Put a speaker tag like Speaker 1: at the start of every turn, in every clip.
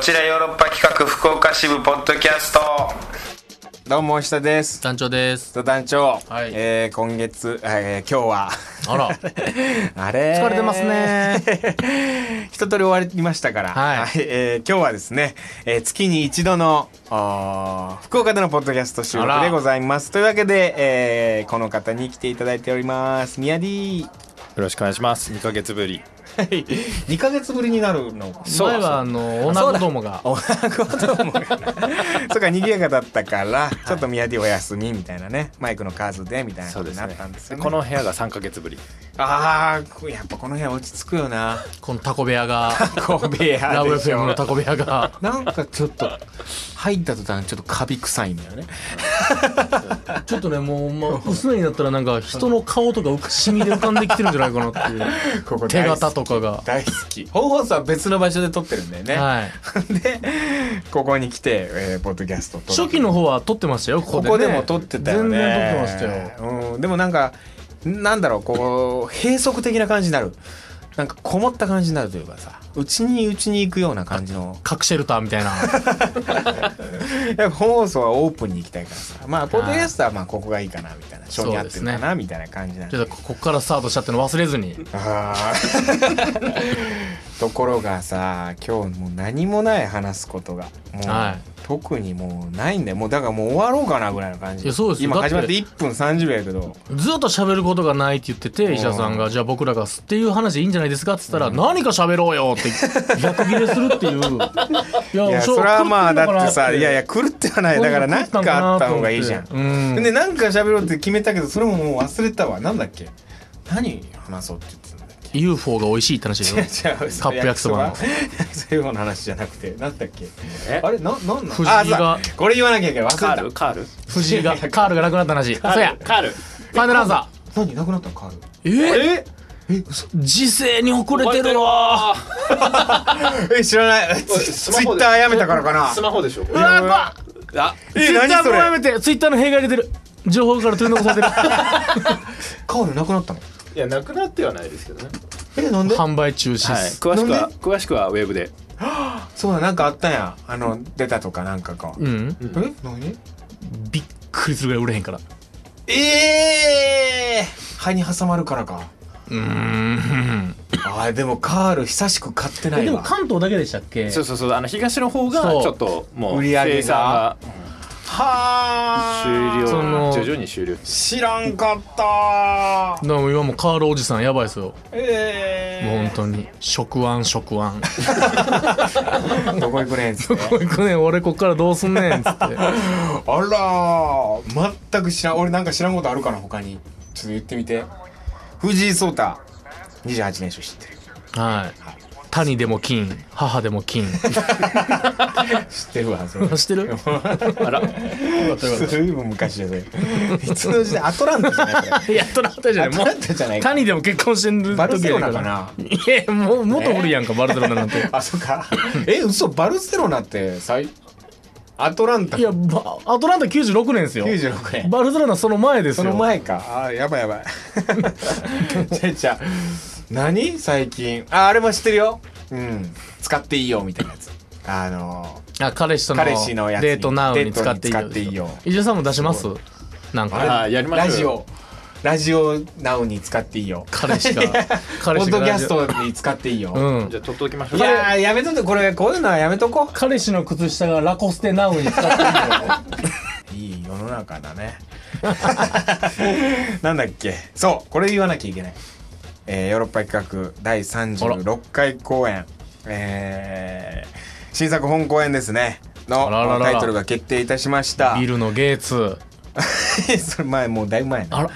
Speaker 1: ちらヨーロッパ企画福岡支部ポッドキャスト
Speaker 2: どうも下です
Speaker 3: 団長です
Speaker 2: と団長、
Speaker 3: はい
Speaker 2: えー今月、えー今日は
Speaker 3: あら
Speaker 2: あれ
Speaker 3: 疲れてます
Speaker 2: ね 一通り終わりましたから、
Speaker 3: はい
Speaker 2: えー今日はですね、えー月に一度のあー福岡でのポッドキャスト収録
Speaker 3: あ
Speaker 2: で
Speaker 3: ら
Speaker 2: ございますというわけで、えーこの方に来ていただいておりますミヤディ
Speaker 4: よろしくお願いします。2ヶ月ぶり。
Speaker 2: 2ヶ月ぶりになるの
Speaker 4: そう
Speaker 3: 前はあの女子 供が
Speaker 2: おとか賑やかだったから、ちょっと宮城お休みみたいなねマイクの数でみたいなことになったんですよ、ね
Speaker 4: この部屋が3ヶ月ぶり。
Speaker 2: ああやっぱこの部屋落ち着くよ な
Speaker 3: このタコ部 屋が
Speaker 2: こう部
Speaker 3: ラ
Speaker 2: 屋
Speaker 3: ブ
Speaker 2: でし
Speaker 3: FM の
Speaker 2: ょ
Speaker 3: タコ部屋 が
Speaker 2: なんかちょっと入った途端ちょっとカビ臭いんだよね
Speaker 3: ちょっとね もう、まあ、薄いになったらなんか人の顔とか浮か染みで浮かんできてるんじゃないかなっていう
Speaker 2: ここ
Speaker 3: 手
Speaker 2: 大好き
Speaker 3: 形とかが
Speaker 2: 大好き本放送は別の場所で撮ってるんだよね、
Speaker 3: はい
Speaker 2: でここに来て、えーポッドキャスト撮る
Speaker 3: 初期の方は撮ってましたよここ
Speaker 2: ここで
Speaker 3: で、ね、
Speaker 2: も撮ってたよね
Speaker 3: 全然撮ってましたよ
Speaker 2: ましたよ、うん、でもなんかなんだろうこう閉塞的な感じになるなんかこもった感じになるというかさうちにうちに行くような感じ の
Speaker 3: 核シェルターみたいな
Speaker 2: やっぱ本放送はオープンに行きたいからさまあポッドキャストはまあここがいいかなみたいな性に合ってるか
Speaker 3: そうで
Speaker 2: なみたいな感じなん
Speaker 3: ち
Speaker 2: で
Speaker 3: ょっとここからスタートしたっての忘れずに
Speaker 2: あ ーところがさ今日もう何もない話すことがもう、
Speaker 3: は
Speaker 2: 特にもうないんだよもうだからもう終わろうかなぐらいの感じ
Speaker 3: いやそうですよ
Speaker 2: 今
Speaker 3: だっ
Speaker 2: 始
Speaker 3: て
Speaker 2: まって1分30秒やけど
Speaker 3: ずっと喋ることがないって言ってて医者さんが「じゃあ僕らがすっていう話でいいんじゃないですか」っつったら「何か喋ろうよ」って逆切れするっていういや
Speaker 2: いや
Speaker 3: しょ
Speaker 2: それはまあ
Speaker 3: 狂んのか
Speaker 2: だっ
Speaker 3: な
Speaker 2: てさいやいや狂ってはないだから何かあった方がいいじゃん、
Speaker 3: うん
Speaker 2: で何か喋ろうって決めたけどそれももう忘れたわなんだっけ何話そうって言ってたんだっけ
Speaker 3: UFO が美味しいって話でしょ
Speaker 2: 違うカ
Speaker 3: カップ焼きそば の
Speaker 2: そういうの話じゃなくてなんだっけ
Speaker 4: え
Speaker 2: あれななんな
Speaker 3: 藤
Speaker 2: の
Speaker 3: 井が
Speaker 2: あそうこれ言わなきゃいけない
Speaker 4: カ
Speaker 2: 忘
Speaker 4: ー
Speaker 2: れ
Speaker 4: ル
Speaker 2: た
Speaker 4: カール
Speaker 3: 藤井がカールがなくなった話そうや
Speaker 4: カール
Speaker 3: ファイナルアンサ
Speaker 2: 何なくなったのカール
Speaker 3: ーえ
Speaker 2: え
Speaker 3: 時勢に遅れてるわ
Speaker 2: え知らないツ
Speaker 4: おい
Speaker 2: ツ
Speaker 4: スマ
Speaker 2: イ
Speaker 4: ホ
Speaker 2: ッ
Speaker 4: で
Speaker 2: ターやめたからかな
Speaker 4: スマホでしょ
Speaker 3: うわ怖っ
Speaker 4: あ、
Speaker 2: え
Speaker 3: ツイッタ
Speaker 2: 何
Speaker 3: ーも
Speaker 2: そうれ
Speaker 3: やめてツイッターの弊害出てる情報から取り残さ れてる
Speaker 2: カールなくなったの
Speaker 4: いや、なくなってはないですけどね。
Speaker 2: えなんで
Speaker 3: 販売中止
Speaker 4: はい
Speaker 3: っ。す、
Speaker 4: 詳しく
Speaker 2: な
Speaker 4: は
Speaker 2: ん、
Speaker 4: 詳しくはウェブで。
Speaker 2: そうだなんかあったんやあの出たとかなんかか
Speaker 3: うん
Speaker 2: え何
Speaker 3: びっくりするぐらい売れへんから
Speaker 2: ええー、歯に挟まるからか
Speaker 3: うーん
Speaker 2: あーでもカール久しく買ってな
Speaker 3: え
Speaker 2: い
Speaker 3: でも
Speaker 2: わ
Speaker 3: 関東だけでしたっけ
Speaker 4: そうそうそう、あの、東の方が、
Speaker 3: そう
Speaker 4: ちょっと、もう、
Speaker 2: 売り上げが
Speaker 4: 生産が終
Speaker 2: は
Speaker 4: 了、
Speaker 3: その
Speaker 4: 徐々に終了。
Speaker 2: 知らんかった
Speaker 3: だからもう今もうカールおじさんやばいですよ
Speaker 2: え
Speaker 3: もう本当に食案食案
Speaker 2: 当どこ行くねんっつって
Speaker 3: これこれ俺こっからどうすんねんっつっ
Speaker 2: あ
Speaker 3: て
Speaker 2: らー全く知らん俺なんか知らんことあるかな他にちょっと言ってみて藤井聡太28年出身ってる
Speaker 3: はい谷でも金母でも金
Speaker 2: 知ってるわそれ
Speaker 3: 知ってる よか
Speaker 4: あら、
Speaker 3: ったよかっ
Speaker 2: ずいぶん昔じゃそれいつの時代アトランタじゃないこ
Speaker 3: たやっとなったじゃ
Speaker 2: れ
Speaker 3: な
Speaker 2: ア
Speaker 3: い
Speaker 2: ト
Speaker 3: もう
Speaker 2: ランタじゃないか
Speaker 3: 谷でも結婚してる
Speaker 2: バル
Speaker 3: 時
Speaker 2: セ
Speaker 3: や
Speaker 2: ロ
Speaker 3: か
Speaker 2: ナ
Speaker 3: ら
Speaker 2: かない
Speaker 3: やもうもっと古いやんか、バルセロナなんて
Speaker 2: あそっかえ嘘バルセロナって最アトランタ
Speaker 3: いやばアトランタ96年ですよ
Speaker 2: 96年
Speaker 3: バルセロナその前です
Speaker 2: そ
Speaker 3: よ
Speaker 2: の前かあーやばいやばい じゃあじゃあ何最近ああれも知ってるようん使っていいよみたいなやつあの
Speaker 3: あ彼氏との
Speaker 2: 彼氏のやつに
Speaker 3: デートナウに使っていい
Speaker 2: デートに使っていいよ
Speaker 3: よ伊集さんも出しますなん
Speaker 2: ー
Speaker 3: か
Speaker 4: あやりましょう
Speaker 2: ラジオラジオナウに使って いいよ
Speaker 3: 彼氏が
Speaker 2: ポ
Speaker 3: 彼
Speaker 2: ッ
Speaker 3: 氏が
Speaker 2: ドキャス
Speaker 3: ラ
Speaker 2: トに使っていいよ、
Speaker 3: ジオうん
Speaker 4: じゃあ、取っておきましょ。
Speaker 2: いうやーやめといてこれこういうのはやめとこ
Speaker 3: 彼氏の靴下がラコステナウに使って
Speaker 2: ういい世の中だね なんだっけそうこれ言わなきゃいけない、えーヨーロッパ企画第36回公演えー新作本公演ですねの
Speaker 3: あらららら
Speaker 2: タイトルが決定いたしました
Speaker 3: ビルのゲーツ
Speaker 2: それ前もうだいぶ前な
Speaker 3: あら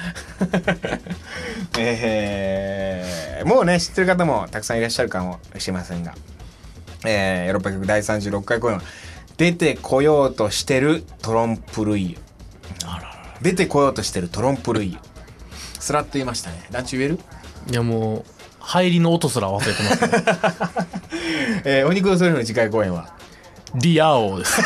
Speaker 2: えーもうね知ってる方もたくさんいらっしゃるかもしれませんが、えーヨーロッパ局第36回公演は出てこようとしてるトロンプルイユ出てこようとしてるトロンプルイユスラッと言いましたね団地言える、
Speaker 3: いやもう 入りの音すら忘れてますね
Speaker 2: えーお肉のソリフの次回公演は
Speaker 3: リア王です。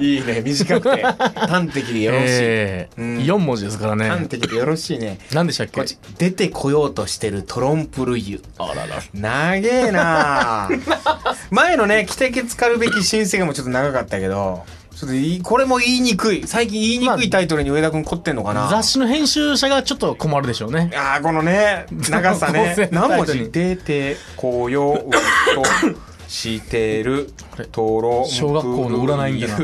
Speaker 2: いいね短くて端的でよろしい、
Speaker 3: ええ
Speaker 2: うん
Speaker 3: 4文字ですから
Speaker 2: 端
Speaker 3: ね。
Speaker 2: 的でよろしいね
Speaker 3: 何でしたっ
Speaker 2: こ
Speaker 3: け
Speaker 2: っち出てこようとしてるトロンプル湯
Speaker 3: あらら。
Speaker 2: 長えなあ 前のね「汽笛つかるべき新世界」もちょっと長かったけどちょっといいこれも言いにくい最近言いにくいタイトルに上田君凝ってんのかな、
Speaker 3: 雑誌の編集者がちょっと困るでしょうね。
Speaker 2: あーこのね長さ
Speaker 3: 構成
Speaker 2: ね何文
Speaker 3: タイト
Speaker 2: 字
Speaker 3: ル
Speaker 2: 出てこようとしてるとろ
Speaker 3: 小学校の占いみたいな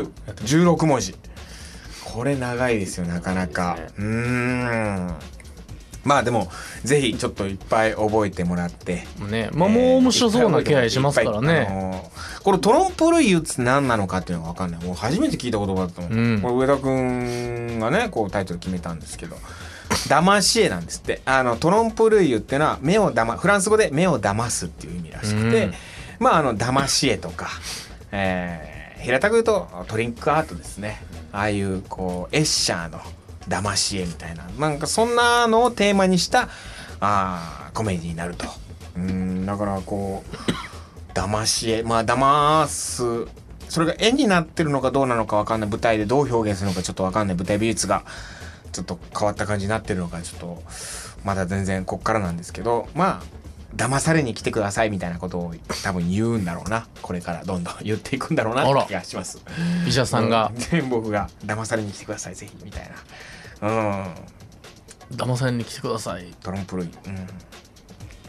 Speaker 2: 16文字これ長いですよなかなかうーんまあでもぜひちょっといっぱい覚えてもらって
Speaker 3: ね、まあもう面白そうな気配しますから
Speaker 2: あ
Speaker 3: ね。
Speaker 2: のーこれトロンプ類って何なのかっていうのが分かんないもう初めて聞いた言葉だと思う、
Speaker 3: うん
Speaker 2: これ上田君がねこうタイトル決めたんですけど騙し絵なんですってあのトロンプ類っていうのは目をだまフランス語で目を騙すっていう意味らしくて、
Speaker 3: うん
Speaker 2: まああの騙し絵とか、えー平たく言うとトリンクアートですねああいうこうエッシャーの騙し絵みたいななんかそんなのをテーマにしたあーコメディになるとうんだからこう騙し絵まあ騙すそれが絵になってるのかどうなのかわかんない舞台でどう表現するのかちょっとわかんない舞台美術がちょっと変わった感じになってるのかちょっとまだ全然こっからなんですけどまあ騙されに来てくださいみたいなことを多分言うんだろうなこれからどんどん言っていくんだろうな
Speaker 3: あ
Speaker 2: っ
Speaker 3: ら
Speaker 2: て気がします。
Speaker 3: 医者さんが
Speaker 2: うん僕が騙されに来てくださいぜひみたいなうん
Speaker 3: 騙されに来てください。
Speaker 2: トロンプ類うん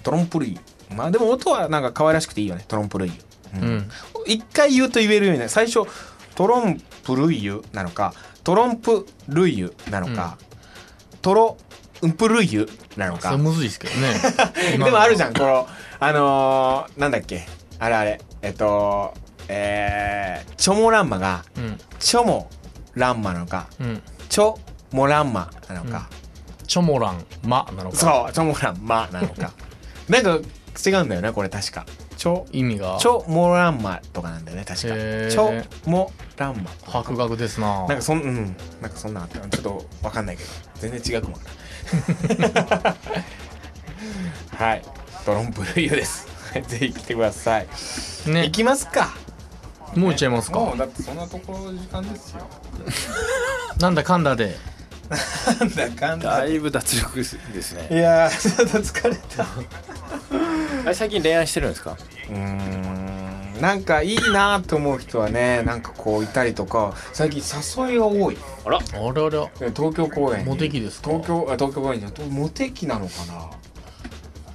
Speaker 2: トロンプ類まあでも音はなんか可愛らしくていいよねトロンプ類う
Speaker 3: うんん。
Speaker 2: 一回言うと言えるようになる最初トロンプルイユなのかトロンプルイユなのか、トロンプルイユなの
Speaker 3: それ
Speaker 2: か。
Speaker 3: むずい ですけどね
Speaker 2: でもあるじ
Speaker 3: ん。
Speaker 2: ゃんこのあのーなんだっけあれあれえっとえー、チョモランマが
Speaker 3: うん。
Speaker 2: チョモランマなのか
Speaker 3: うん。
Speaker 2: チョモランマなのか、
Speaker 3: チョモラン、マなのか。
Speaker 2: そうチョモランマなの かなんか違うんだよねこれ確かチョ
Speaker 3: 意味が。
Speaker 2: チョモランマとかなんだよね確かチ
Speaker 3: へー
Speaker 2: ョモランマ
Speaker 3: 博学ですな
Speaker 2: なんかそん、うん、なんかそんなんあったちょっとわかんないけど、全然違うかもな。はい、トロンプルイユです。ぜひ来てください。行
Speaker 3: ね。
Speaker 2: きますか。
Speaker 3: もういっちゃいますか。
Speaker 2: うだってそんなところ時間ですよ。
Speaker 3: なんだかんだで。
Speaker 2: なんだかん
Speaker 4: だ
Speaker 2: だ。い
Speaker 4: いぶ脱力ですね
Speaker 2: やー、ちょっと疲れた。
Speaker 4: あれ最近恋愛してるんですか
Speaker 2: うーん、なんかいいなと思う人はね、なんかこういたりとか、最近誘いが多い。
Speaker 4: あら
Speaker 3: あらあら。
Speaker 2: ね東京公演に
Speaker 3: モテ期ですか
Speaker 2: 東京あ東京公演じゃんとモテ期なのか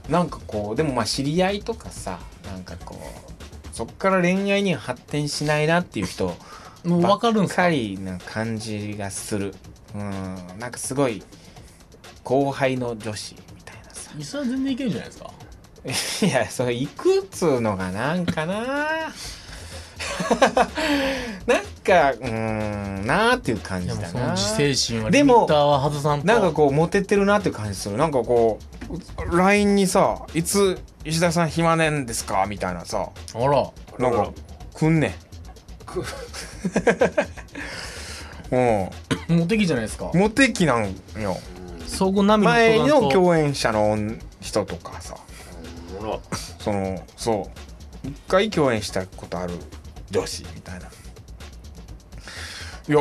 Speaker 2: ななんかこうでもまあ知り合いとかさなんかこうそっから恋愛には発展しないなっていう人
Speaker 3: もうわかるん
Speaker 2: ばっ
Speaker 3: すか
Speaker 2: かりな感じがするうんなんかすごい後輩の女子みたいなさ
Speaker 3: 医者は全然いけるんじゃないですか。
Speaker 2: いやそれいくっつうのがなんかな なんかうーんなーっていう感じ
Speaker 3: いや
Speaker 2: だ
Speaker 3: もう
Speaker 2: な
Speaker 3: その自制心は
Speaker 2: で
Speaker 3: リミ
Speaker 2: も
Speaker 3: ッターは外さんと。
Speaker 2: なんかこうモテてるなっていう感じするなんかこう LINE にさ「いつ石田さん暇ねんですか?」みたいなさ
Speaker 3: あら。
Speaker 2: なん
Speaker 4: あ
Speaker 2: からくんねん うん
Speaker 3: モテ期じゃないですか。
Speaker 2: モテ期なんよ
Speaker 3: そこナミ
Speaker 2: 前の
Speaker 3: と
Speaker 2: 共演者の人とかさ
Speaker 4: あら
Speaker 2: そのそう一回共演したことある女子みたいないや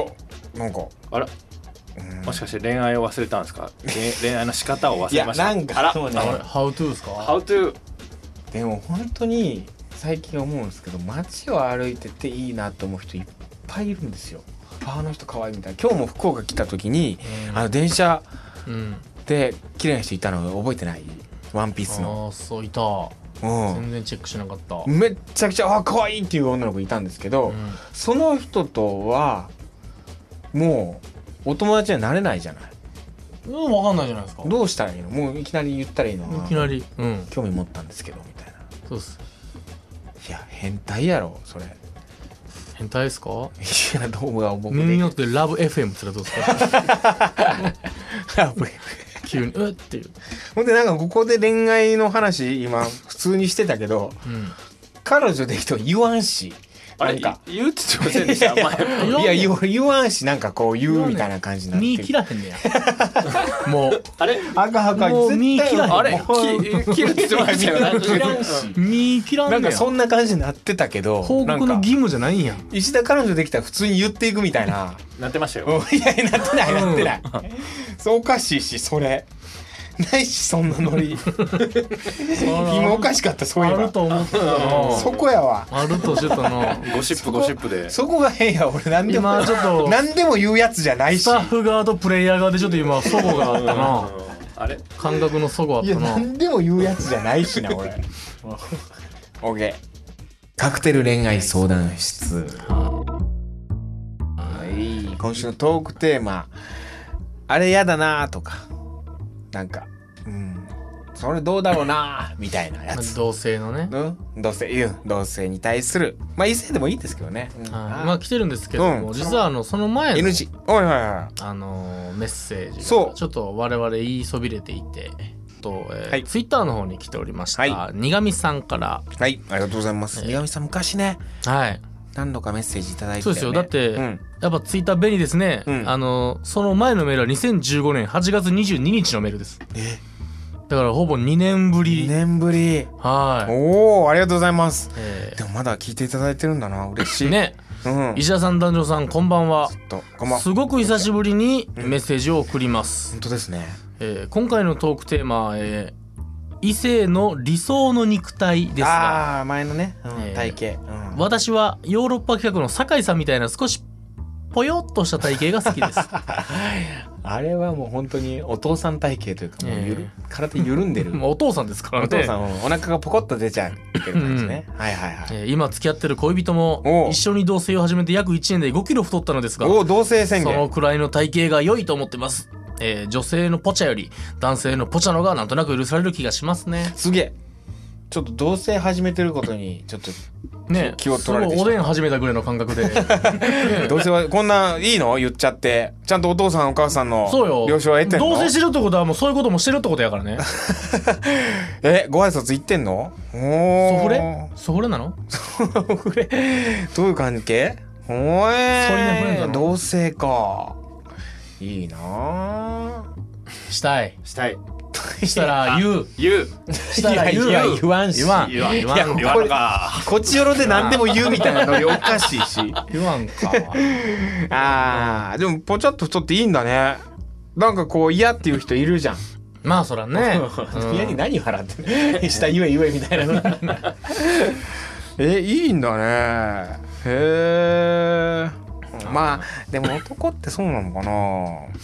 Speaker 2: なんか
Speaker 4: あらもしかして恋愛を忘れたんですか恋恋愛の仕方を忘
Speaker 2: い
Speaker 4: れ
Speaker 2: や
Speaker 4: ました
Speaker 2: なん
Speaker 4: あ
Speaker 2: からそうね
Speaker 3: あれ、ハウトゥーですか
Speaker 4: How to
Speaker 2: でも本当に最近思うんですけど街を歩いてていいなと思う人いっぱいいるんですよ。ああの人可愛いみたいな今日も福岡来た時に、
Speaker 3: うん
Speaker 2: あの電車
Speaker 3: うん。
Speaker 2: で綺麗な人いたの覚えてないワンピースの、
Speaker 3: ああ、そういた。
Speaker 2: う
Speaker 3: 全然チェックしなかった。
Speaker 2: ん、めっちゃくちゃあ可愛いっていう女の子いたんですけど、
Speaker 3: うん
Speaker 2: その人とはもうお友達にはなれないじゃない
Speaker 3: うん、わかんないじゃないですか。
Speaker 2: どうしたらいいのもういきなり言ったらいいの
Speaker 3: いきなり。うん。
Speaker 2: 興味持ったんですけどみたいな
Speaker 3: そうです。
Speaker 2: いや変態やろそれい
Speaker 3: 変態ですか
Speaker 2: やどうが思う
Speaker 3: ニューヨークでラブ FM ってどうです か急に、うっっていう。
Speaker 2: ほんでなんかここで恋愛の話今普通にしてたけど
Speaker 3: うん。
Speaker 2: 彼女できても言わんし
Speaker 4: あ
Speaker 2: な
Speaker 4: れ
Speaker 2: んか
Speaker 4: 言うって言ってませんでした前
Speaker 2: いや
Speaker 3: 言
Speaker 2: 言
Speaker 3: わ
Speaker 2: わ言わんしなんかこう言うみたいな感じになっ
Speaker 3: 身
Speaker 2: て
Speaker 3: 切
Speaker 2: る
Speaker 3: らへんね やもう
Speaker 4: あれ
Speaker 2: 赤赤
Speaker 3: もう身切らへん
Speaker 4: あれ
Speaker 2: もう
Speaker 4: き切るって言ってま したよね
Speaker 2: 切らんし
Speaker 3: 身切らんね
Speaker 2: な
Speaker 3: や
Speaker 2: んかそんな感じになってたけど
Speaker 3: 報告の
Speaker 2: なんか
Speaker 3: 義務じゃないんや
Speaker 2: 石田彼女できたら普通に言っていくみたいな
Speaker 4: なってました
Speaker 2: うん
Speaker 4: よ
Speaker 2: いやなってないなってないそうおかしいしそれないしそんなノ リ今おかしかったそういえ
Speaker 3: あ
Speaker 2: ば
Speaker 3: ると思ってたの
Speaker 2: そこやわ
Speaker 3: あるとしてたの
Speaker 4: ゴシップゴシップで
Speaker 2: そこが変や俺何でも
Speaker 3: 今ちょっと
Speaker 2: 何でも言うやつじゃないし
Speaker 3: スタッフ側とプレイヤー側でちょっと今そごがあったな
Speaker 4: あれ
Speaker 3: 感覚のそごあっ
Speaker 2: いや
Speaker 3: たな
Speaker 2: 何でも言うやつじゃないしな 俺 OK カクテル恋愛相談室はい今週のトークテーマあれやだなとかなんかうんそれどうだろうなみたいなやつ
Speaker 3: 同性のね
Speaker 2: うん同性うん同性に対するまあ異性でもいいですけどね、うん
Speaker 3: はいまあ来てるんですけども、
Speaker 2: うん
Speaker 3: 実はあのその前の
Speaker 2: NG おいおいおい
Speaker 3: あのーメッセージ
Speaker 2: そ
Speaker 3: が
Speaker 2: う
Speaker 3: ちょっと我々言いそびれていてと、えー
Speaker 2: はい
Speaker 3: ツイッターの方に来ておりました、
Speaker 2: は
Speaker 3: 苦味さんから
Speaker 2: はい、ありがとうございます。苦味さん昔ね、
Speaker 3: はい
Speaker 2: 何度かメッセージいただいて、
Speaker 3: そう
Speaker 2: ね。
Speaker 3: ですよだって、
Speaker 2: うん、
Speaker 3: やっぱツイッター便利ですね、
Speaker 2: うん
Speaker 3: あのーその前のメールは2015年8月22日のメールですだからほぼ2年ぶり
Speaker 2: 2年ぶり。
Speaker 3: はい
Speaker 2: おお、ありがとうございます。
Speaker 3: え
Speaker 2: でもまだ聞いていただいてるんだな、嬉し
Speaker 3: ー
Speaker 2: い。。
Speaker 3: ね
Speaker 2: うん。
Speaker 3: 石田さん男女さんこんばんは
Speaker 2: と、こんばんは
Speaker 3: すごく久しぶりにメッセージを送ります、
Speaker 2: 本当ですね。
Speaker 3: えー今回のトークテーマ、えー異性の理想の肉体ですが
Speaker 2: ああー、前のね、うん
Speaker 3: えー
Speaker 2: 体型。うん
Speaker 3: 私はヨーロッパ企画の酒井さんみたいな少しぽよっとした体型が好き です
Speaker 2: あれはもう本当にお父さん体型というか、もうゆる、
Speaker 3: え
Speaker 2: 体緩んでる。
Speaker 3: もうお父さんですからね
Speaker 2: お父さん、お腹がポコッと出ちゃうっていう感じね。はいはいはい。
Speaker 3: えー今付き合ってる恋人
Speaker 2: お
Speaker 3: も
Speaker 2: う
Speaker 3: 一緒に同棲を始めて約1年で5キロ太ったのですが
Speaker 2: おお、同性宣
Speaker 3: その
Speaker 2: 言。
Speaker 3: くらいの体型が良いと思ってます、えー女性のポチャより男性のポチャの方がなんとなく許される気がしますね
Speaker 2: すげえ。ちょっと同性始めてることに、ちょっと。
Speaker 3: ね
Speaker 2: 気を取られて
Speaker 3: す
Speaker 2: しま
Speaker 3: ご
Speaker 2: う
Speaker 3: いおでん始めたぐらいの感覚 で
Speaker 2: どうせはこんないいの言っちゃってちゃんとお父さんお母さんの
Speaker 3: そうよ
Speaker 2: 了承は得てんの
Speaker 3: 同棲してるってことはもうそういうこともしてるってことやからね
Speaker 2: えご挨拶行ってんのお
Speaker 3: ソフ
Speaker 2: ー
Speaker 3: レソフレなの
Speaker 2: ソフレどういう関係お
Speaker 3: 添い寝フレンド
Speaker 2: え
Speaker 3: なの
Speaker 2: 同性かいいなあ
Speaker 3: したい
Speaker 4: したい
Speaker 3: したら言う
Speaker 4: 言う
Speaker 3: したら言う
Speaker 2: いやいや言わんし
Speaker 3: 言わん
Speaker 4: 言わん
Speaker 3: 言わん
Speaker 4: 言わんのか
Speaker 2: こっちよろで何でも言うみたいなのおかしい し
Speaker 3: 言わんか
Speaker 2: あーでもポチャっと太っていいんだねなんかこう嫌っていう人いるじゃん
Speaker 3: まあそ らね
Speaker 2: 親に何払ってんの下言え言えみたいなえいいんだねへえまあでも男ってそうなのかな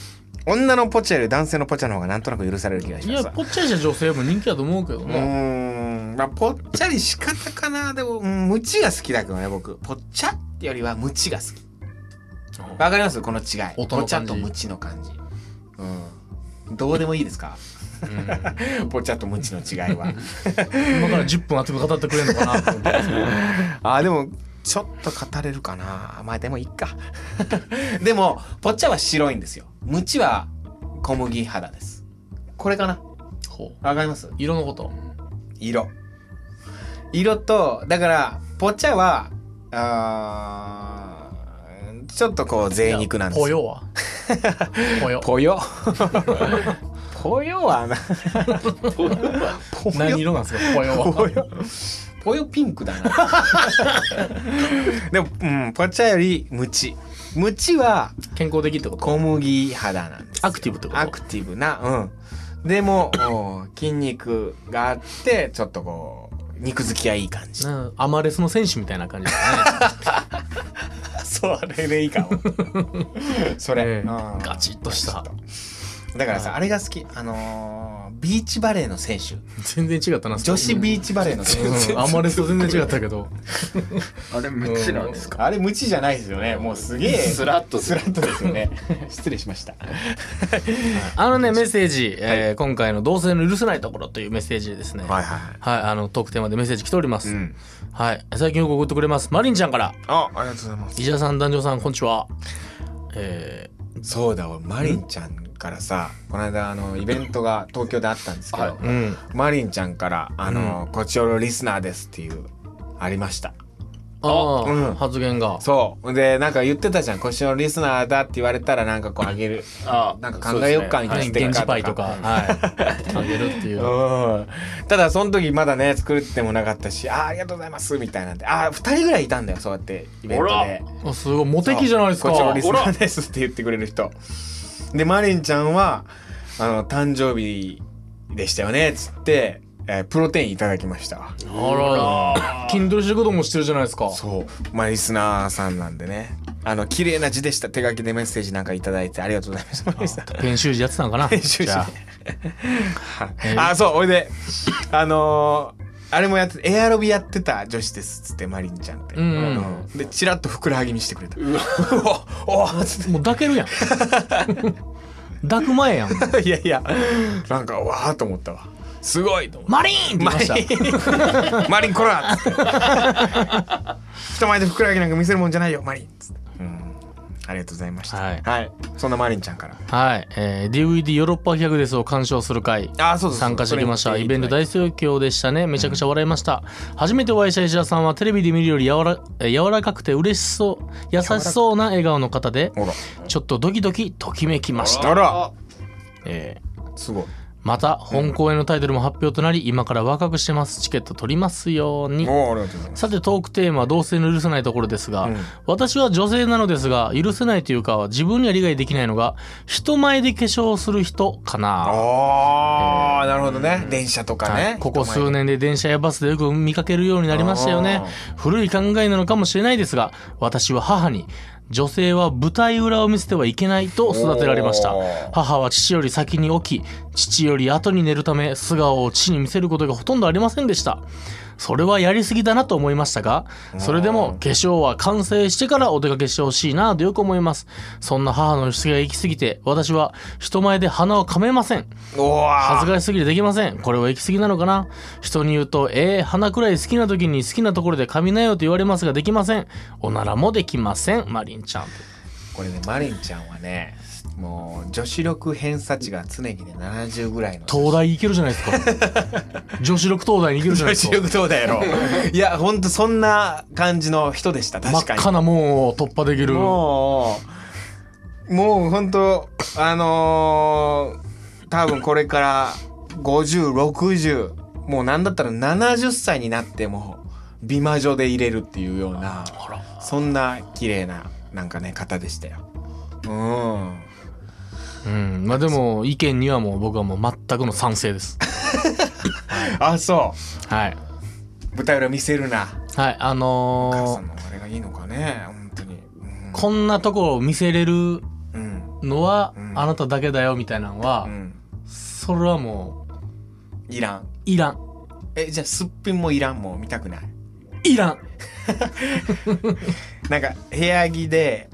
Speaker 2: 女のポチャより男性のポチャの方がなんとなく許される気がし
Speaker 3: い
Speaker 2: ま
Speaker 3: や
Speaker 2: す
Speaker 3: ぽっちゃりした女性も人気だと思うけど
Speaker 2: う
Speaker 3: ね
Speaker 2: ーんまあぽっちゃり仕方かなでもうんムチが好きだけどね僕ぽっちゃってよりはムチが好きわかりますこの違いぽ
Speaker 3: 音の感じ
Speaker 2: ちゃとムチの感じうんどうでもいいですか ぽちゃとムチの違いは
Speaker 3: 今から10分熱く語ってくれるのかなと思っ て
Speaker 2: あーでもちょっと語れるかなまあでもいっか でもぽっちゃは白いんですよムチは小麦肌ですこれかな
Speaker 3: ほう
Speaker 2: わかります
Speaker 3: 色のこと
Speaker 2: 色色とだからぽっちゃはあーちょっとこう贅肉なんです
Speaker 3: ぽよはぽよ
Speaker 2: ぽよ ぽよはなぽ
Speaker 3: 何色なんですかぽよは
Speaker 2: ぽよぽよピンクだな でも、うん、ぽっちゃよりムチムチは
Speaker 3: 健康的ってこと
Speaker 2: 小麦肌なんですよ
Speaker 3: アクティブってこと
Speaker 2: アクティブなうんでもお筋肉があってちょっとこう肉付きがいい感じ
Speaker 3: なアマレスの選手みたいな感じだね
Speaker 2: そうあれでいいかも それ、
Speaker 3: ええ
Speaker 2: うん
Speaker 3: ガチッとした
Speaker 2: だからさあれが好きあのービーチバレーの選手
Speaker 3: 全然違ったな
Speaker 2: 女子ビーチバレーの選手、
Speaker 3: うん、アマレスと全然違ったけど
Speaker 4: あれ無知なんですか
Speaker 2: あれ無知じゃないですよねもうすげえ
Speaker 4: スラッと
Speaker 2: スラッとですよね 失礼しました
Speaker 3: あのねメッセージ、えー今回の「同性の許せないところ」というメッセージでですねはい、
Speaker 2: いはい
Speaker 3: あのトークテーマでメッセージ来ております、
Speaker 2: うん
Speaker 3: はい最近よく送ってくれますマリンちゃんから
Speaker 2: あありがとうございます
Speaker 3: 石田さん男女さんこんにちはえ
Speaker 2: そうだ俺マリンちゃんからさこの間あのイベントが東京であったんですけど、
Speaker 4: はい
Speaker 3: ー、うん
Speaker 2: マリンちゃんから「あの、こちおろリスナーです」っていうありました
Speaker 3: ああ、
Speaker 2: うん
Speaker 3: 発言が
Speaker 2: そうでなんか言ってたじゃん今週のリスナーだって言われたらなんかこうあげる
Speaker 4: あ
Speaker 2: なんか考えよっかみたいな
Speaker 3: はい
Speaker 2: ステッ
Speaker 3: 現
Speaker 2: カ
Speaker 3: 地
Speaker 2: ー
Speaker 3: パイとか、はい、あげるっていう。
Speaker 2: うんただその時まだね作ってもなかったしあーありがとうございますみたいなんであー二人ぐらいいたんだよそうやってイベント
Speaker 4: ほ
Speaker 2: で
Speaker 4: ら
Speaker 3: あすごいモテ期じゃないですか。
Speaker 2: こっちのリス
Speaker 3: あ
Speaker 2: ナーですって言ってくれる人でマリンちゃんはあの誕生日でしたよねっつって、えープロテインいただきました
Speaker 3: ら、筋トレしてることもしてるじゃないですか。
Speaker 2: そうまあリスナーさんなんでねあの綺麗な字でした手書きでメッセージなんかいただいてありがとうございますマリンさん
Speaker 3: 編集時やってたんかな。
Speaker 2: 編集時
Speaker 3: じ ゃあえー
Speaker 2: あそうおいであのーあれもやってエアロビやってた女子ですっつってマリンちゃんって、
Speaker 3: うん
Speaker 2: でチラッとふくらはぎ見してくれたうわ おおつっ
Speaker 3: もう抱けるやん。抱く前や ん。
Speaker 2: ていやいやなんかわーっと思ったわすごいと思って
Speaker 3: マリーンって言いまし
Speaker 2: 「
Speaker 3: た。
Speaker 2: マリン こら!」っつって「人前でふくらはぎなんか見せるもんじゃないよマリン」っつって、うん、ありがとうございました
Speaker 3: はい
Speaker 2: そんなマリンちゃんから
Speaker 3: はい、えー、DVD ヨーロッパ100ですを鑑賞する会
Speaker 2: あそうそう
Speaker 3: 参加してきましたイベント
Speaker 2: 好
Speaker 3: 大盛況でしたねめちゃくちゃ笑いました、初めてお会いした石田さんはテレビで見るより柔らえー柔らかくて嬉しそう優しそうな笑顔の方で
Speaker 2: ほら
Speaker 3: ちょっとドキドキときめきました、
Speaker 2: あら
Speaker 3: えー
Speaker 2: すごい
Speaker 3: また本公演のタイトルも発表となり今からワクワクしてますチケット取りますように
Speaker 2: おーありがとうございます
Speaker 3: さてトークテーマは同性の許せないところですが、
Speaker 2: ん
Speaker 3: 私は女性なのですが許せないというか自分には理解できないのが人前で化粧をする人かな、
Speaker 2: ああ、なるほどね電車とかね、
Speaker 3: はいここ数年で電車やバスでよく見かけるようになりましたよね古い考えなのかもしれないですが私は母に女性は舞台裏を見せてはいけないと育てられました
Speaker 2: おー
Speaker 3: 母は父より先に起き父より後に寝るため素顔を父に見せることがほとんどありませんでしたそれはやりすぎだなと思いましたがそれでも化粧は完成してからお出かけしてほしいなとよく思いますそんな母の主義が行き過ぎて私は人前で鼻をかめません
Speaker 2: おー
Speaker 3: 恥ずかしすぎてできませんこれは行き過ぎなのかな人に言うと「えー、花くらい好きな時に好きなところで髪なよ」と言われますができませんおならもできませんマリンちゃん
Speaker 2: これねマリンちゃんはねもう女子力偏差値が常にね70ぐらいの
Speaker 3: 東大行けるじゃないですか 女子力東大に行けるじゃな
Speaker 2: 女
Speaker 3: いです
Speaker 2: 子
Speaker 3: か
Speaker 2: 力どうだや ろいやほんとそんな感じの人でした
Speaker 3: 真っ
Speaker 2: 確かに
Speaker 3: 赤な門を突破できる
Speaker 2: もうもうほんとあのー多分これから5060もうなんだったら70歳になっても美魔女で入れるっていうようなそんな綺麗ななんかね方でしたようん
Speaker 3: うんまあでも意見にはもう僕はもう全くの賛成です
Speaker 2: あそう
Speaker 3: はい
Speaker 2: 舞台裏見せるな
Speaker 3: はいあ
Speaker 2: お母
Speaker 3: の
Speaker 2: さんのあれがいいのかね本当に
Speaker 3: ーこんなところを見せれる
Speaker 2: うんうん、
Speaker 3: のは
Speaker 2: うん
Speaker 3: あなただけだよみたいなのは、
Speaker 2: うん、
Speaker 3: それはもう
Speaker 2: いらん
Speaker 3: いらん
Speaker 2: えじゃあすっぴんもいらんもう見たくない
Speaker 3: いらん
Speaker 2: なんか部屋着で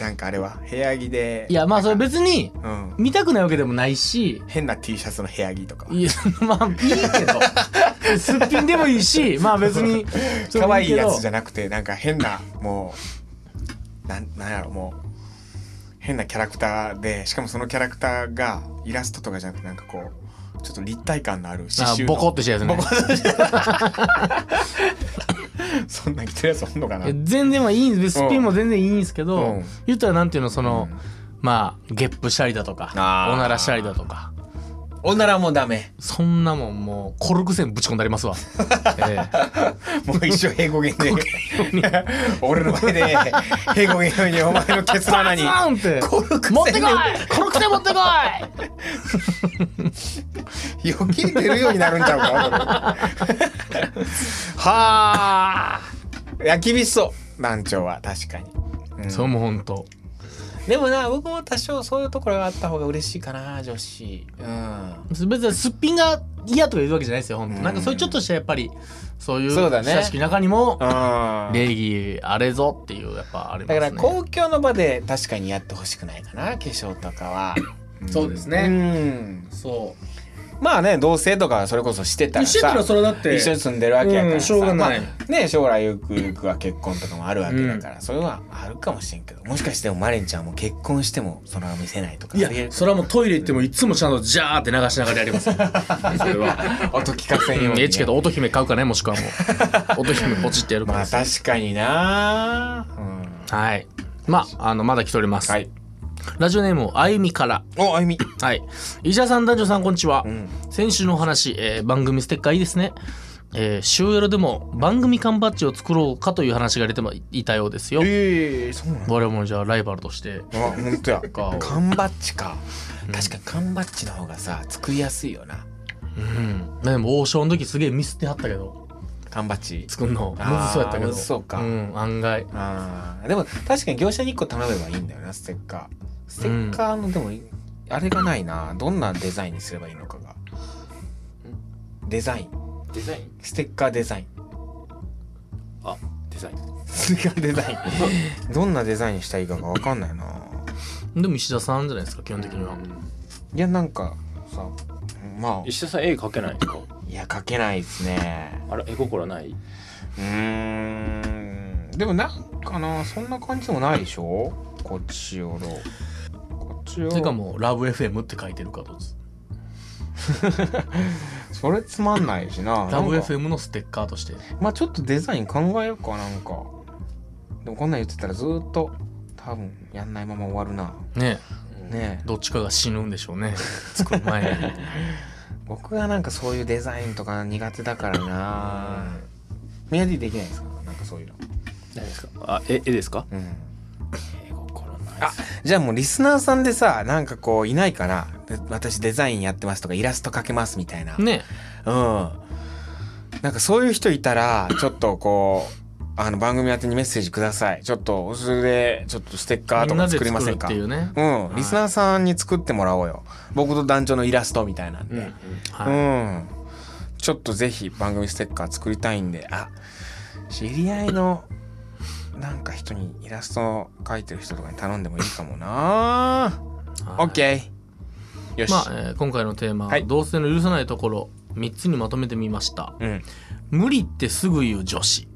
Speaker 2: なんかあれは部屋着で
Speaker 3: いやまあそれ別に
Speaker 2: うん
Speaker 3: 見たくないわけでもないし
Speaker 2: 変な T シャツの部屋着とか
Speaker 3: いやまあいい けどすっぴんでもいいしまあ別に
Speaker 2: 可愛いやつじゃ
Speaker 3: ゃ
Speaker 2: なくてなんか変なもうなんなんやろもう変なキャラクターでしかもそのキャラクターがイラストとかじゃなくてなんかこうちょっと立体感のある刺
Speaker 3: あ
Speaker 2: 繍の
Speaker 3: ボコってしたやつね
Speaker 2: ボコッとして そんなん着てるやつおんのかな
Speaker 3: え全然まあいいんですすっぴんも全然いいんですけど、
Speaker 2: うん
Speaker 3: 言ったらなんていうのその、
Speaker 2: うん
Speaker 3: まあゲップしたりだとか
Speaker 2: あー
Speaker 3: おならしたりだとか
Speaker 2: おならもダメ
Speaker 3: そんなもんもうコルク線ぶち込んであ りますわ、え
Speaker 2: もう一生平行弦で俺の前で平行弦にお前のケツの穴に
Speaker 3: え、なんて
Speaker 2: コルク線で
Speaker 3: 持ってこいコルク線持ってこい
Speaker 2: 余計出るようになるんちゃうかはあいや厳しそう団長は確かに、うん
Speaker 3: そうもうほんと
Speaker 2: でもな僕も多少そういうところがあった方が嬉しいかな女子うん
Speaker 3: 別にすっぴんが嫌とか言うわけじゃないですよほんと
Speaker 2: うん
Speaker 3: なんかそういうちょっとしたやっぱりそういう
Speaker 2: そうだね
Speaker 3: 親しき中にも
Speaker 2: うん
Speaker 3: 礼儀あれぞっていうやっぱあります
Speaker 2: だ
Speaker 3: ね
Speaker 2: から公共の場で確かにやってほしくないかな化粧とかは。
Speaker 3: そうですね
Speaker 2: ね。
Speaker 3: そ
Speaker 2: まあね同棲とかそれこそしてたら
Speaker 3: 一緒やっ
Speaker 2: さ
Speaker 3: たらそれだって
Speaker 2: 一緒に住んでるわけやか
Speaker 3: う
Speaker 2: ら
Speaker 3: ん
Speaker 2: さ
Speaker 3: しょうがない
Speaker 2: まあね将来ゆくゆくは結婚とかもあるわけだから、それはあるかもしれんけどもしかしてもマレンちゃんも結婚してもそのまま見せないとか
Speaker 3: い
Speaker 2: ありえ
Speaker 3: や
Speaker 2: る
Speaker 3: それはもうトイレ行ってもいつもちゃんとジャーって流しながらやります よそれは
Speaker 2: 音聞かせんように、ね、
Speaker 3: エチケット音姫買うかねもしくはも う音姫ポチってやるか
Speaker 2: まあ
Speaker 3: ら
Speaker 2: 確かになうん
Speaker 3: はいまああのまだ来ております、
Speaker 2: はい
Speaker 3: ラジオネームあゆみから
Speaker 2: おあゆみ
Speaker 3: はい。伊者さん、男女さん、こんにちは。
Speaker 2: ん
Speaker 3: 先週のお話、えー番組ステッカーいいですね。えー、週夜でも番組缶バッジを作ろうかという話が出ていたようですよ。
Speaker 2: ええそうなの
Speaker 3: 我々もじゃあライバルとして。
Speaker 2: あ本当や
Speaker 3: か
Speaker 2: 缶バッジか確かに缶バッジの方がさ作りやすいよな
Speaker 3: うん。でも王将の時すげえミスってはったけど、
Speaker 2: 缶バッジ
Speaker 3: 作んの。む
Speaker 2: あー
Speaker 3: ずそうやったけど。
Speaker 2: むずそうか
Speaker 3: ん、案外。
Speaker 2: あーでも確かに業者に1個頼めばいいんだよなステッカーステッカーのでもあれがないなどんなデザインにすればいいのかがデザイン
Speaker 4: デザイン
Speaker 2: ステッカーデザイン
Speaker 4: あデザイン
Speaker 2: ステッカーデザイ ンどんなデザインにしたらいいかが分かんないな
Speaker 3: でも石田さんじゃないですか、基本的には。
Speaker 2: いやなんかさまあ
Speaker 4: 石田さん絵描けないんですか
Speaker 2: いや書けないですね
Speaker 4: あら絵心ないう
Speaker 2: ーんでもなんかなそんな感じでもないでしょこっちよろこっちよ
Speaker 3: てか
Speaker 2: ろ
Speaker 3: もう、ラブ FM って書いてるかと。
Speaker 2: それつまんないしな
Speaker 3: ラブ
Speaker 2: なんか
Speaker 3: FM のステッカーとして。
Speaker 2: まあちょっとデザイン考えようかなんかでもこんなん言ってたらずーっと多分やんないまま終わるな
Speaker 3: ね
Speaker 2: ねえ
Speaker 3: どっちかが死ぬんでしょうね。作る前に。
Speaker 2: 僕がなんかそういうデザインとか苦手だからなミヤディできないですかなんかそういうの
Speaker 4: 何ですかあ絵絵ですか
Speaker 2: うん
Speaker 4: 絵心ない
Speaker 2: あじゃあもうリスナーさんでさなんかこういないかなで私デザインやってますとかイラスト描けますみたい な
Speaker 3: ね
Speaker 2: うん。なんかそういう人いたら、ちょっとこう、あの番組宛てにメッセージください。ちょっと、それで、ちょっとステッカーと
Speaker 3: みんな
Speaker 2: か
Speaker 3: で
Speaker 2: 作りま
Speaker 3: 作
Speaker 2: せ
Speaker 3: るっ
Speaker 2: んか。
Speaker 3: ていうね。
Speaker 2: うん。リスナーさんに作ってもらおうよ。僕と団長のイラストみたいなんで。うん。
Speaker 3: はい
Speaker 2: ちょっとぜひ番組ステッカー作りたいんで、あ、知り合いの、なんか人にイラスト描いてる人とかに頼んでもいいかもな
Speaker 3: はい
Speaker 2: オッケーよし。
Speaker 3: まあ、えー今回のテーマ、
Speaker 2: はい
Speaker 3: 同性の許さないところ3つにまとめてみました
Speaker 2: うん。
Speaker 3: 無理ってすぐ言う女子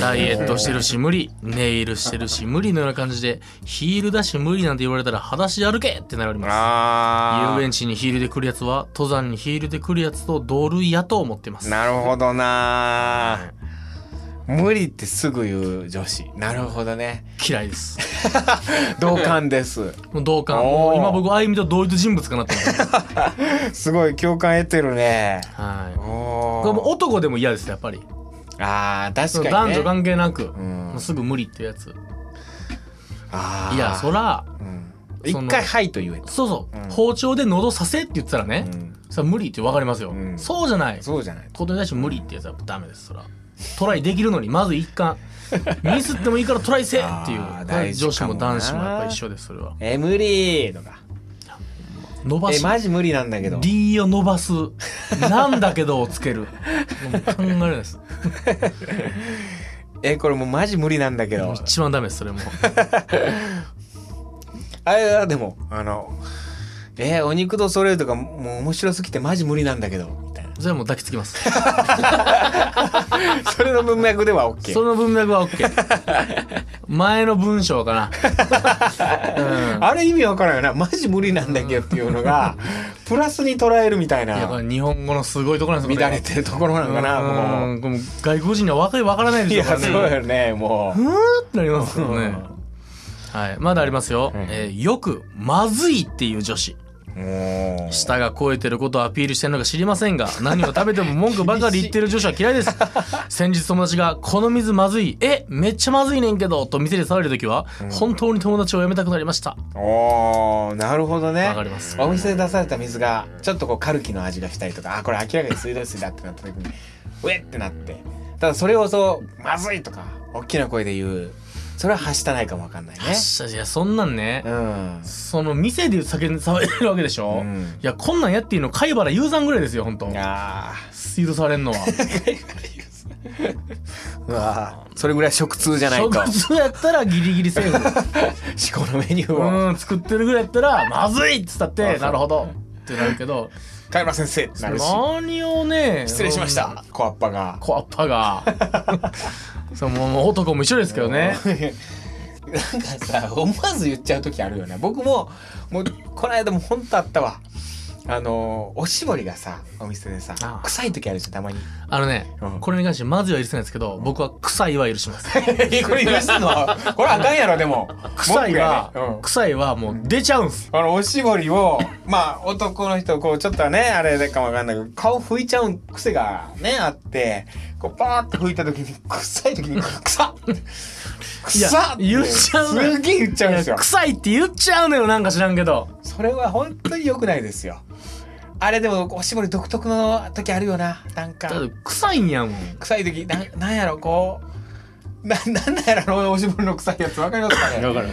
Speaker 3: ダイエットしてるし無理ネイルしてるし無理のような感じでヒールだし無理なんて言われたら裸足で歩けってなります
Speaker 2: あー
Speaker 3: 遊園地にヒールで来るやつは登山にヒールで来るやつと同類やと思ってます
Speaker 2: なるほどな無理ってすぐ言う女子なるほどね
Speaker 3: 嫌いです
Speaker 2: 同感です
Speaker 3: もう同感も
Speaker 2: おー
Speaker 3: う今僕あゆみと同一人物かなっ て思ってます
Speaker 2: すごい共感得てるね
Speaker 3: はい
Speaker 2: お
Speaker 3: これもう
Speaker 2: お
Speaker 3: 男でも嫌ですやっぱり
Speaker 2: あー確か
Speaker 3: 男
Speaker 2: に、ね、
Speaker 3: 女関係なく、
Speaker 2: ん
Speaker 3: もうすぐ無理っていうやつ
Speaker 2: あー
Speaker 3: いやそら
Speaker 2: うん
Speaker 3: その
Speaker 2: 一回「はい」と言えと
Speaker 3: そうそう、包丁で喉させって言ってたらね、
Speaker 2: うん
Speaker 3: それは無理って分かりますよ、
Speaker 2: ん
Speaker 3: そうじゃない
Speaker 2: そうじゃないと
Speaker 3: ことに対して無理ってやつはダメですそらトライできるのにまず 一貫ミスってもいいからトライせっていう
Speaker 2: あー
Speaker 3: これ
Speaker 2: 大事
Speaker 3: 女子
Speaker 2: かも
Speaker 3: も
Speaker 2: な
Speaker 3: 男子もやっぱ一緒ですそれは
Speaker 2: え無理とか
Speaker 3: 伸ば
Speaker 2: え
Speaker 3: し
Speaker 2: マジ無理なんだけど
Speaker 3: D を伸 ばすなんだけどをつけるもう考えられないです
Speaker 2: えこれもうマジ無理なんだけど
Speaker 3: 一番ダメですそれも
Speaker 2: あれはでもあのえお肉とそれとかもう面白すぎてマジ無理なんだけどみたいな
Speaker 3: それはもう抱きつきます
Speaker 2: それの文脈では OK
Speaker 3: その文脈は OK 前の文章かな、うん
Speaker 2: あれ意味わからんよな。マジ無理なんだけどっていうのが、プラスに捉えるみたい
Speaker 3: いやこ
Speaker 2: な、
Speaker 3: れ日本語のすごいところなんですよこ
Speaker 2: 乱れてるところなのかな、
Speaker 3: う
Speaker 2: も
Speaker 3: んこれもう外国人には分かり分からないで
Speaker 2: う。い
Speaker 3: しょう
Speaker 2: や、
Speaker 3: から
Speaker 2: そう
Speaker 3: ね。
Speaker 2: よね、も
Speaker 3: ふーってなりますよね。はい、まだありますよ、えーよく「まずい」っていう女子
Speaker 2: う。もう。
Speaker 3: 舌が肥えてることをアピールしてるのか知りません が何を食べても文句ばかり言ってる女子は嫌いです先日友達が「この水まずい」「えめっちゃまずいねんけど」と店で騒いでる時は本当に友達を辞めたくなりました
Speaker 2: おー、なるほどね。
Speaker 3: わかります
Speaker 2: お店で出された水が、ちょっとこう、カルキの味がしたりとか、あ、これ明らかに水道水だってなった時に、 うえってなって。ただ、それをそう、まずいとか、大きな声で言う。それははしたないかもわかんないね。
Speaker 3: しゃいやそんなんね、
Speaker 2: うん。
Speaker 3: その店で酒騒いでるわけでしょ、
Speaker 2: うん
Speaker 3: いやこんなんやっていうの貝原雄山ぐらいですよ本当
Speaker 2: いや
Speaker 3: 許されんのは
Speaker 2: ーうわーそれぐらい食通じゃないと。
Speaker 3: 食通やったらギリギリセーフ
Speaker 2: 思考のメニューを。
Speaker 3: うん作ってるぐらいやったらまずいっつったってなるほどってなるけど
Speaker 2: 加山先生ってなるし
Speaker 3: 何をね
Speaker 2: 失礼しました小アッパが
Speaker 3: こっ ぱがそうもう男も一緒ですけどね
Speaker 2: なんかさ思わず言っちゃう時あるよね僕ももうこの間も本当あったわあのおしぼりがさお店でさ
Speaker 3: ああ
Speaker 2: 臭い時あるじゃんたまに
Speaker 3: あのね、
Speaker 2: うん
Speaker 3: これに関してまずは許せないですけど僕は臭いは許します
Speaker 2: え これ許すのこれあかんやろでも
Speaker 3: 臭い は、
Speaker 2: 文句やねうん
Speaker 3: 臭いはもう出ちゃうんす
Speaker 2: あのおしぼりをまあ男の人こうちょっとはねあれでかもわかんないけど顔拭いちゃう癖がねあってこうパーって拭いた時に臭い時に臭っ臭っ
Speaker 3: いや言っちゃうね
Speaker 2: すげえ言っちゃうんですよ
Speaker 3: 臭いって言っちゃうのよなんか知らんけど
Speaker 2: それは本当に良くないですよあれでもおしぼり独特の時あるよななんか
Speaker 3: だって臭いんやもん
Speaker 2: 臭い時なんなんやろこうななんなんやろあのおしぼりの臭いやつわかりますかね
Speaker 4: わかる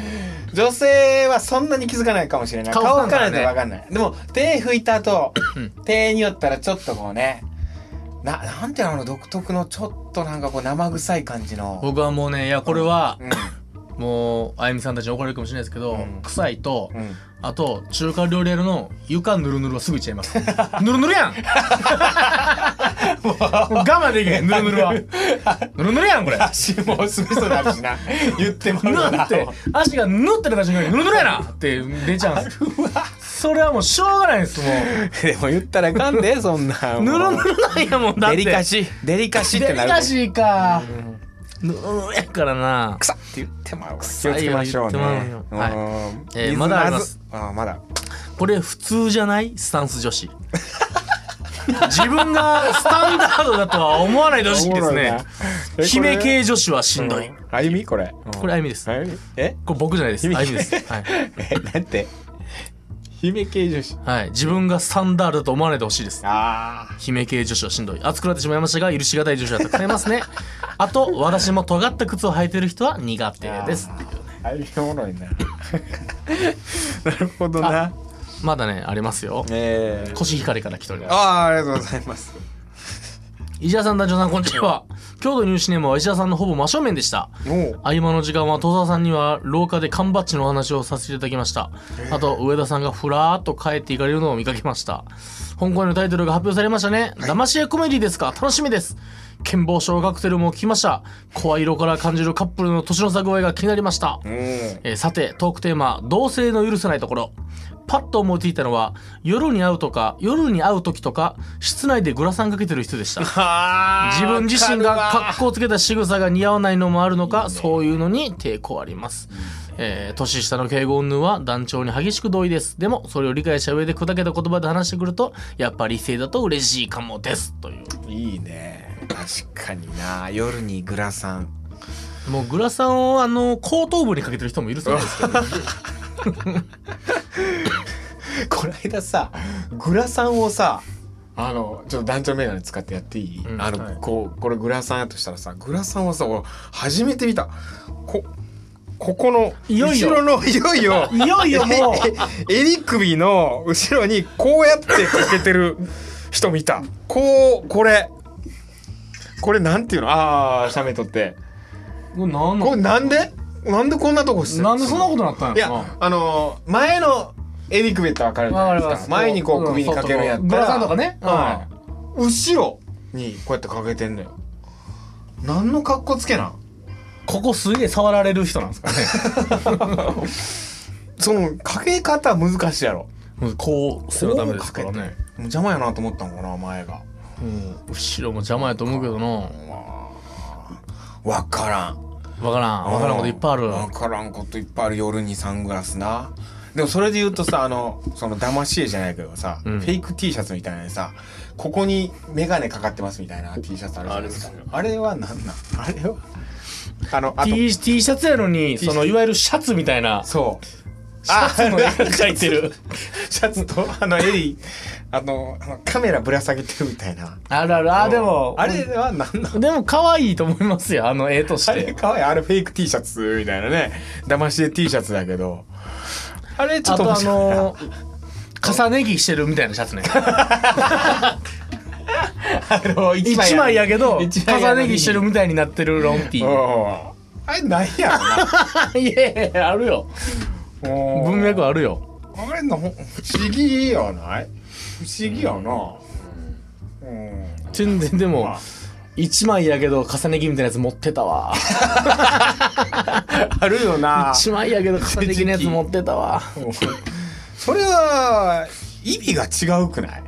Speaker 2: 女性はそんなに気づかないかもしれない
Speaker 3: 顔
Speaker 2: 顔
Speaker 3: わ
Speaker 2: わ
Speaker 3: か
Speaker 2: からら
Speaker 3: な
Speaker 2: ないいとわかんないでも手拭いた 後手によったらちょっとこうねななんていうのあの独特のちょっとなんかこう生臭い感じの、
Speaker 3: 僕はもうねいやこれは
Speaker 2: うん
Speaker 3: もうあゆみさんたちに怒られるかもしれないですけど、
Speaker 2: うん
Speaker 3: 臭いと、
Speaker 2: うん、
Speaker 3: あと中華料理屋の床ぬるぬるはすぐいっちゃいます ぬるぬるやんもう我慢できへんぬるぬるはぬるぬるやんこれ
Speaker 2: 足もおすすめそうになる しな言ってもらう
Speaker 3: な
Speaker 2: な
Speaker 3: って足がぬってなった瞬間にぬるぬるやなって出ちゃうんですそれはもうしょうがないですもう
Speaker 2: でも言ったらあかんでそんな
Speaker 3: ぬるぬるなんやもんだって
Speaker 2: デリカシーデリカシーってなる
Speaker 3: デリカシーかぬるぬるやからな
Speaker 2: くさって言ってまうわ気
Speaker 3: 臭い
Speaker 2: を
Speaker 3: よ
Speaker 2: つけましょうね
Speaker 3: 言ってまうよはい
Speaker 2: うん
Speaker 3: えー
Speaker 2: 水
Speaker 3: まだあり
Speaker 2: ず
Speaker 3: ます
Speaker 2: あーまだ
Speaker 3: これ普通じゃないスタンス女子自分がスタンダードだとは思わないでほしいで
Speaker 2: おも
Speaker 3: すね
Speaker 2: ろいなえ
Speaker 3: 姫系女子はしんどい、
Speaker 2: うんあゆみこれ
Speaker 3: これあゆみです、
Speaker 2: あゆみえ
Speaker 3: これ僕じゃないです
Speaker 2: 姫
Speaker 3: あ
Speaker 2: 系
Speaker 3: ゆみですはい、
Speaker 2: えなんて姫系女子
Speaker 3: はい、自分がスタンダードだと思わないでほしいです
Speaker 2: ああ
Speaker 3: 姫系女子はしんどい熱くなってしまいましたが許しがたい女子はたくさんいま すねあと私も尖った靴を履いてる人は苦手です
Speaker 2: あゆみおもろい ななるほどな
Speaker 3: まだねありますよ
Speaker 2: えー、
Speaker 3: 腰光から来ております
Speaker 2: ああありがとうございます
Speaker 3: 石田さん団長さんこんにちは郷土入試ネームは石田さんのほぼ真正面でした
Speaker 2: おう
Speaker 3: 合間の時間は戸沢さんには廊下で缶バッジのお話をさせていただきましたあと上田さんがふらーっと帰っていかれるのを見かけました本公演のタイトルが発表されましたね「騙し絵コメディですか楽しみです」健忘症カクテルも聞きました声色から感じるカップルの年の差具合が気になりました、
Speaker 2: うん
Speaker 3: えーさてトークテーマ「同性の許せないところ」パッと思いついたのは夜に会うとか夜に会う時とか室内でグラサンかけてる人でした自分自身が格好つけた仕草が似合わないのもあるのかそういうのに抵抗ありますえー年下の敬語云々は団長に激しく同意ですでもそれを理解した上で砕けた言葉で話してくるとやっぱり異性だと嬉しいかもですという
Speaker 2: いいね確かにな夜にグラサン
Speaker 3: もうグラサンをあの後頭部にかけてる人もいるそうですけど
Speaker 2: この間さグラサンをさあのちょっと団長メガネ使ってやっていい、
Speaker 3: うん
Speaker 2: あの、
Speaker 4: はい
Speaker 2: こうこれグラサンやとしたらさグラサンをさ俺初めて見たこここの
Speaker 3: いよいよ
Speaker 2: 後ろのい よいよ
Speaker 3: いよいよもう
Speaker 2: ええ襟首の後ろにこうやってかけてる人見たこうこれこれなんていうのああ写メ撮って
Speaker 3: これなん
Speaker 2: これなんでなんでこんなとこしてる
Speaker 3: なんでそんなことになったん
Speaker 2: い
Speaker 3: や
Speaker 2: や
Speaker 3: ろ
Speaker 2: あのー前の襟首って分かるじゃないです
Speaker 3: わ
Speaker 2: か
Speaker 3: かります
Speaker 2: 前にこ
Speaker 3: うん
Speaker 2: う首にかけるんやったら
Speaker 3: グラサンとかね
Speaker 2: はい後ろにこうやってかけてんのよ何の格好つけなん
Speaker 3: ここすげえ触られる人なんですかね
Speaker 2: そのかけ方難しいやろ
Speaker 3: うん こうすればダメですから
Speaker 2: こう
Speaker 3: ね
Speaker 2: もう邪魔やなと思ったんかな前が
Speaker 3: うん後ろも邪魔やと思うけどな
Speaker 2: 分からん
Speaker 3: わからんわからんこといっぱいある
Speaker 2: 分からんこといっぱいある夜にサングラスなでもそれで言うとさあのその騙し絵じゃないけどさ、
Speaker 3: うん
Speaker 2: フェイク T シャツみたいなのさここに眼鏡かかってますみたいな T シャツあるじゃないですか
Speaker 4: あ
Speaker 2: あれは何なんあれはあのあと
Speaker 3: T, T シャツやのに
Speaker 2: T
Speaker 3: そのいわゆるシャツみたいなシ
Speaker 2: そう
Speaker 3: ャ ツの絵が描いてる
Speaker 2: シャツとあの襟あのあのカメラぶら下げてるみたいな
Speaker 3: あるあるあでも
Speaker 2: あれは何なん
Speaker 3: でも可愛いと思いますよあの絵とし
Speaker 2: あれ
Speaker 3: て
Speaker 2: かわいいあれフェイク T シャツみたいなね騙し絵 T シャツだけどあれちょ
Speaker 3: あ
Speaker 2: っと
Speaker 3: と
Speaker 2: 面
Speaker 3: あ
Speaker 2: 白いな
Speaker 3: のー重ね着してるみたいなシャツね
Speaker 2: 一
Speaker 3: 一枚やけど重
Speaker 2: 一枚やのに
Speaker 3: ね着してるみたいになってるロンティー
Speaker 2: あれなんやろ
Speaker 3: いやいやいやあるよ
Speaker 2: なもう
Speaker 3: 文脈あるよ
Speaker 2: あれなほん不思議やない不思議やなうん、
Speaker 3: 全然でも
Speaker 2: まあ
Speaker 3: 1枚やけど重ね着みたいなやつ持ってたわ
Speaker 2: あるよな
Speaker 3: 1枚やけど重ね着のやつ持ってたわ
Speaker 2: それは意味が違うくない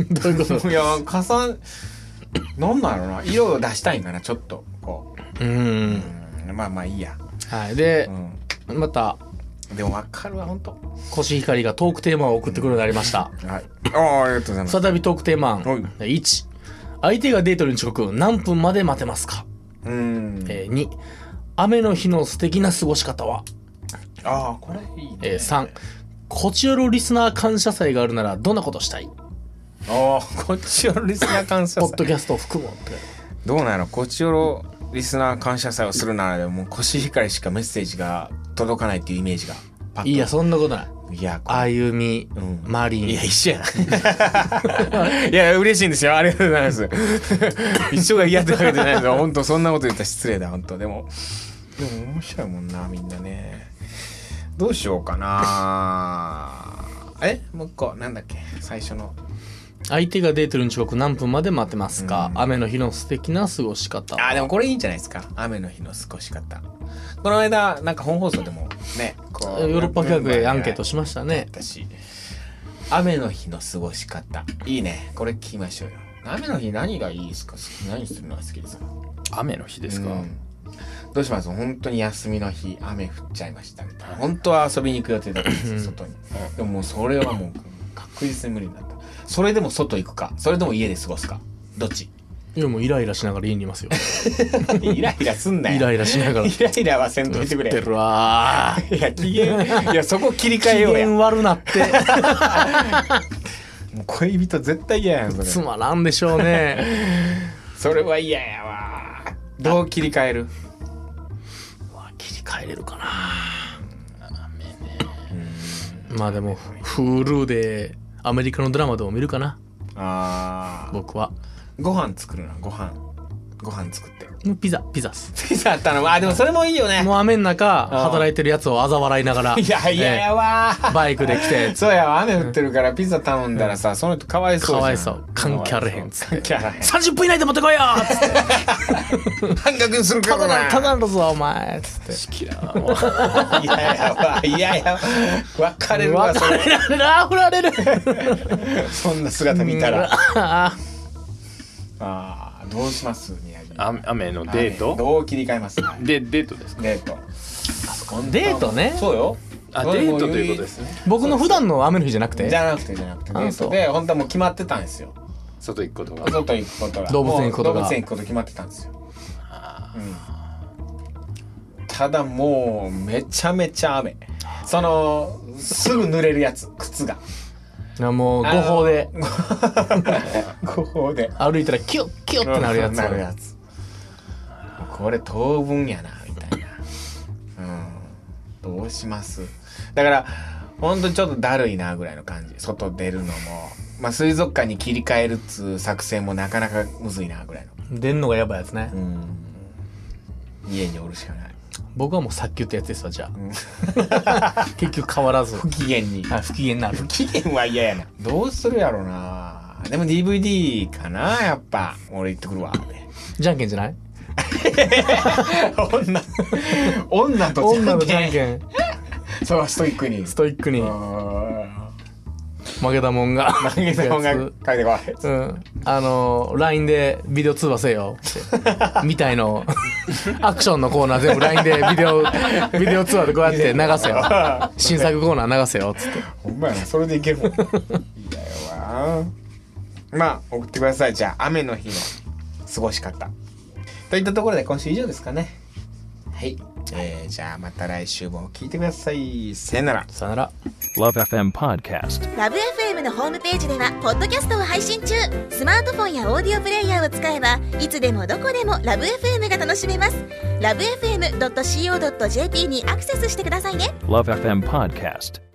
Speaker 3: どういうこと
Speaker 2: いや加算なんなんやろな色を出したいんかなちょっとこ
Speaker 3: うん
Speaker 2: う、うん、まあまあいいや、
Speaker 3: はいで
Speaker 2: う、ん、
Speaker 3: また
Speaker 2: でもわかるわ本当
Speaker 3: コシヒカリがトークテーマを送ってくるようになりました
Speaker 2: はいああありがとうございます
Speaker 3: 再びトークテーマ案
Speaker 2: はい
Speaker 3: 1相手がデートに遅刻何分まで待てますか、
Speaker 2: うん
Speaker 3: えー、2雨の日の素敵な過ごし方は、
Speaker 2: ああこれいいね
Speaker 3: えー、3こちよろリスナー感謝祭があるならどんなことしたい
Speaker 2: ああこっちよろリスナー感謝
Speaker 3: ポ
Speaker 2: 祭
Speaker 3: ッドキャストを含むって
Speaker 2: どうなんやろこっちよろリスナー感謝祭をするならでももうコシヒカリしかメッセージが届かないっていうイメージがパッと
Speaker 3: いやそんなことない
Speaker 2: いやこれ
Speaker 3: 歩み、
Speaker 2: ん
Speaker 3: マリン
Speaker 2: いや、一緒やな。いや、嬉しいんですよ。ありがとうございます。 一緒が嫌ってわけじゃないですよ。本当そんなこと言ったら失礼だ、本当でも。でも、面白いもんな、みんなね。どうしようかな。えもう一個、なんだっけ最初の。
Speaker 3: 相手がデートに遅刻何分まで待てますか、雨の日の素敵な過ごし方は
Speaker 2: あ、でもこれいいんじゃないですか。雨の日の過ごし方。この間、なんか本放送でもね、こ
Speaker 3: ヨ
Speaker 2: う
Speaker 3: ーロッパ企画でアンケートしましたね
Speaker 2: 私雨の日の過ごし方いいねこれ聞きましょうよ雨の日何がいいですか好き何するのが好きですか
Speaker 4: 雨の日ですか、
Speaker 2: うんどうします本当に休みの日雨降っちゃいましたみたいな本当は遊びに行く予定だったん ですよ外にでももうそれはもう確実に無理になったそれでも外行くかそれとも家で過ごすかどっち
Speaker 3: いやもうイライラしながら家にいま すよ
Speaker 2: イ ライラすんなよ
Speaker 3: イライラしながら
Speaker 2: イライラはせんといてく
Speaker 3: 降
Speaker 2: れ
Speaker 3: ってるわ ー
Speaker 2: いや機嫌いやそこ切り替
Speaker 3: 機
Speaker 2: えようや
Speaker 3: 嫌悪なって
Speaker 2: もう恋人絶対嫌やんそれ
Speaker 3: つまらんでしょ うね
Speaker 2: それは嫌やわどう切り替える
Speaker 3: うわ切り替えれるかなまあでも Hulu でアメリカのドラマでも見るかな
Speaker 2: あ
Speaker 3: 僕は
Speaker 2: ご飯作るなご飯ご飯作って
Speaker 3: もうピザピザ っす
Speaker 2: ピザ頼むあでもそれもいいよね
Speaker 3: もう雨の中働いてるやつを嘲笑いながら
Speaker 2: いやいややわ
Speaker 3: ええバイクで来て
Speaker 2: そうやわ雨降ってるからピザ頼んだらさその人かわいそうじゃ
Speaker 3: か
Speaker 2: ん
Speaker 3: わいそう関係あれへんっつって
Speaker 2: 関係あらへん
Speaker 3: 30分以内で持ってこいよっつ って
Speaker 2: 半額にするか
Speaker 3: ただ
Speaker 2: ら
Speaker 3: なただだぞお前っつって
Speaker 2: いややわいややわ別れるわ
Speaker 3: 別
Speaker 2: それ
Speaker 3: れられるあ振られる
Speaker 2: そんな姿 見たら
Speaker 3: あ
Speaker 2: あーどうします宮城
Speaker 4: 雨雨のデー
Speaker 2: 雨
Speaker 4: ト
Speaker 2: どう切り替えますはい
Speaker 4: でデートですか
Speaker 2: デート
Speaker 3: デートね
Speaker 2: そうよ
Speaker 4: あデートということですね
Speaker 3: 僕の普段の雨の日じゃなく
Speaker 2: じ
Speaker 3: て
Speaker 2: ゃなくてじゃなくてデ
Speaker 3: あ
Speaker 2: ー
Speaker 3: そう
Speaker 2: トで本当はもう決まってたんですよ
Speaker 4: 外行くことが
Speaker 2: 外行くことが
Speaker 3: 動物園行くこと
Speaker 2: も
Speaker 3: が
Speaker 2: う動物園行くこと決まってたんですよ、うん、ただもうめちゃめちゃ雨そのすぐ濡れるやつ靴が
Speaker 3: いやもう誤報で
Speaker 2: ここで
Speaker 3: 歩いたらキュッキュッってなるやつ
Speaker 2: なるやつこれ当分やなみたいなうんどうしますだからほんとちょっとだるいなぐらいの感じ外出るのもまあ水族館に切り替えるっつう作戦もなかなかむずいなぐらいの
Speaker 3: 出んのがやばいやつね
Speaker 2: うん家におるしかない
Speaker 3: 僕はもうさっき言ったやつですわじゃあ 結局変 わらず
Speaker 2: 不機嫌に
Speaker 3: あ不機嫌になる
Speaker 2: 期限は嫌やなどうするやろなでも DVD かなやっぱ俺行ってくるわ
Speaker 3: じゃんけんじゃない
Speaker 2: 女女と
Speaker 3: 女のじゃんけん
Speaker 2: そうストイックに
Speaker 3: ストイックに
Speaker 2: あ
Speaker 3: 負けたもんが
Speaker 2: ー投げた 方が書いてこい
Speaker 3: うん、あの LINE でビデオ通話せ よってみたいのアクションのコーナー全部 LINE でビ デオビデオ通話でこうやって流せよ新作コーナー流せよっつって
Speaker 2: ほんまやなそれでいけるもんいやよわまあ送ってくださいじゃあ雨の日の過ごし方といったところで今週以上ですかねはい、えーじゃあまた来週も聞いてくださいさよなら
Speaker 3: さよなら
Speaker 5: Love FM Podcast.
Speaker 6: ラブ f m のホームページではポッドキャストを配信中スマートフォンやオーディオプレイヤーを使えばいつでもどこでもラブ f m が楽しめますラブ FM.co.jp にアクセスしてくださいね
Speaker 5: Love FM Podcast.